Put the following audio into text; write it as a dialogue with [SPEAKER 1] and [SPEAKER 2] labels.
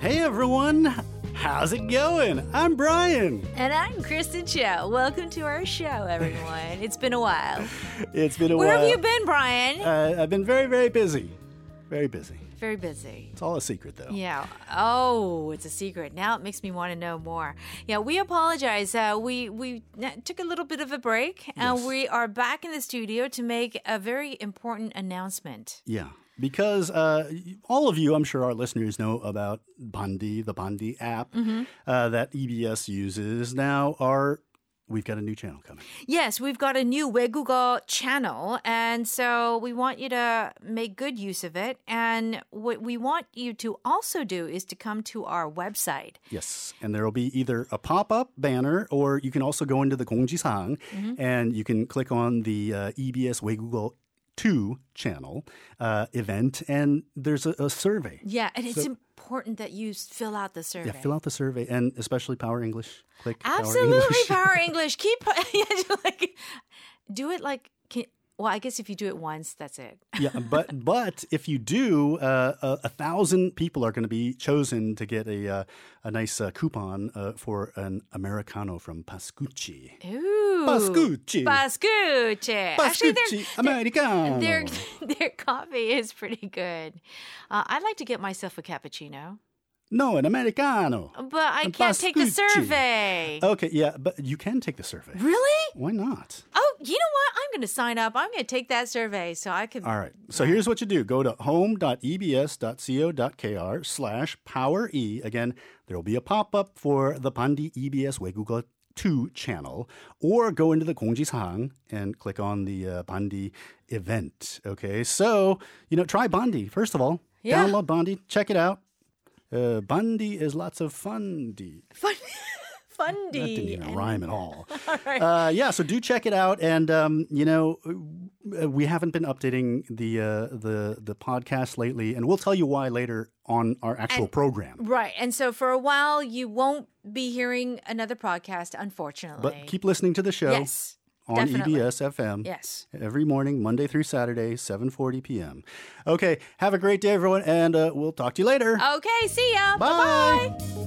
[SPEAKER 1] Hey everyone, how's it going? I'm Brian.
[SPEAKER 2] And I'm Kristen Cho. Welcome to our show, everyone. It's been a while.
[SPEAKER 1] It's been a
[SPEAKER 2] Where
[SPEAKER 1] while.
[SPEAKER 2] have you been, Brian?
[SPEAKER 1] Uh, I've been very, very busy. Very busy.
[SPEAKER 2] Very busy.
[SPEAKER 1] It's all a secret though.
[SPEAKER 2] Yeah. Oh, it's a secret. Now it makes me want to know more. Yeah, we apologize. Uh, we we n- took a little bit of a break, and
[SPEAKER 1] Yes.
[SPEAKER 2] we are back in the studio to make a very important announcement.
[SPEAKER 1] Yeah. Because uh, all of you, I'm sure our listeners know about Bondi, the Bondi app
[SPEAKER 2] Mm-hmm.
[SPEAKER 1] uh, that EBS uses. Now, our we've got a new channel coming.
[SPEAKER 2] Yes, we've got a new Wegugo channel, and so we want you to make good use of it. And what we want you to also do is to come to our website.
[SPEAKER 1] Yes, and there will be either a pop-up banner, or you can also go into the Gongji-sang
[SPEAKER 2] Mm-hmm.
[SPEAKER 1] and you can click on the uh, EBS Weigugo 2 channel uh, event, and there's a, a survey.
[SPEAKER 2] Yeah, and it's
[SPEAKER 1] So-
[SPEAKER 2] important that you s- fill out the survey.
[SPEAKER 1] Yeah, fill out the survey, and especially Power English. Click Power
[SPEAKER 2] Absolutely,
[SPEAKER 1] English.
[SPEAKER 2] Power English. Keep yeah, do like do it like can, well. I guess if you do it once, that's it.
[SPEAKER 1] yeah, but but if you do, uh, a, a thousand people are going to be chosen to get a uh, a nice uh, coupon uh, for an americano from Pascucci.
[SPEAKER 2] Ooh,
[SPEAKER 1] Pascucci.
[SPEAKER 2] Pascucci. Actually, they're-
[SPEAKER 1] Pascucci Oh. americano.
[SPEAKER 2] Their their coffee is pretty good. Uh, I'd like to get myself a cappuccino,
[SPEAKER 1] no, an americano.
[SPEAKER 2] but I can't take the
[SPEAKER 1] Pascucci. Oh.
[SPEAKER 2] survey.
[SPEAKER 1] Okay, yeah, but you can take the survey.
[SPEAKER 2] Really?
[SPEAKER 1] Why not?
[SPEAKER 2] Oh, you know what? I'm going to sign up. I'm going to take that survey so I can.
[SPEAKER 1] All right. So here's what you do. Go to home.ebs.co.kr slash power E. Again, there will be a pop-up for the Pandi E EBS Wegugo 2 channel. Or go into the Gongji Sang and click on the uh, Pandi event. Okay. So, you know, try Bondi. First of all,
[SPEAKER 2] Yeah.
[SPEAKER 1] download Bondi. Check it out. Uh, Bondi is lots of fundy.
[SPEAKER 2] Fun,
[SPEAKER 1] That
[SPEAKER 2] fundy.
[SPEAKER 1] didn't even
[SPEAKER 2] and-
[SPEAKER 1] rhyme at all.
[SPEAKER 2] All right.
[SPEAKER 1] Uh, yeah, so do check it out, and um, you know uh, we haven't been updating the uh, the the podcast lately, and we'll tell you why later on our actual program.
[SPEAKER 2] Right. And so for a while, you won't be hearing another podcast, unfortunately.
[SPEAKER 1] But keep listening to the show
[SPEAKER 2] Yes.
[SPEAKER 1] on E
[SPEAKER 2] definitely.
[SPEAKER 1] EBS FM
[SPEAKER 2] Yes.
[SPEAKER 1] every morning, Monday through Saturday, seven forty p.m. Okay, have a great day, everyone, and uh, we'll talk to you later.
[SPEAKER 2] Okay. See ya.
[SPEAKER 1] Bye.
[SPEAKER 2] Bye.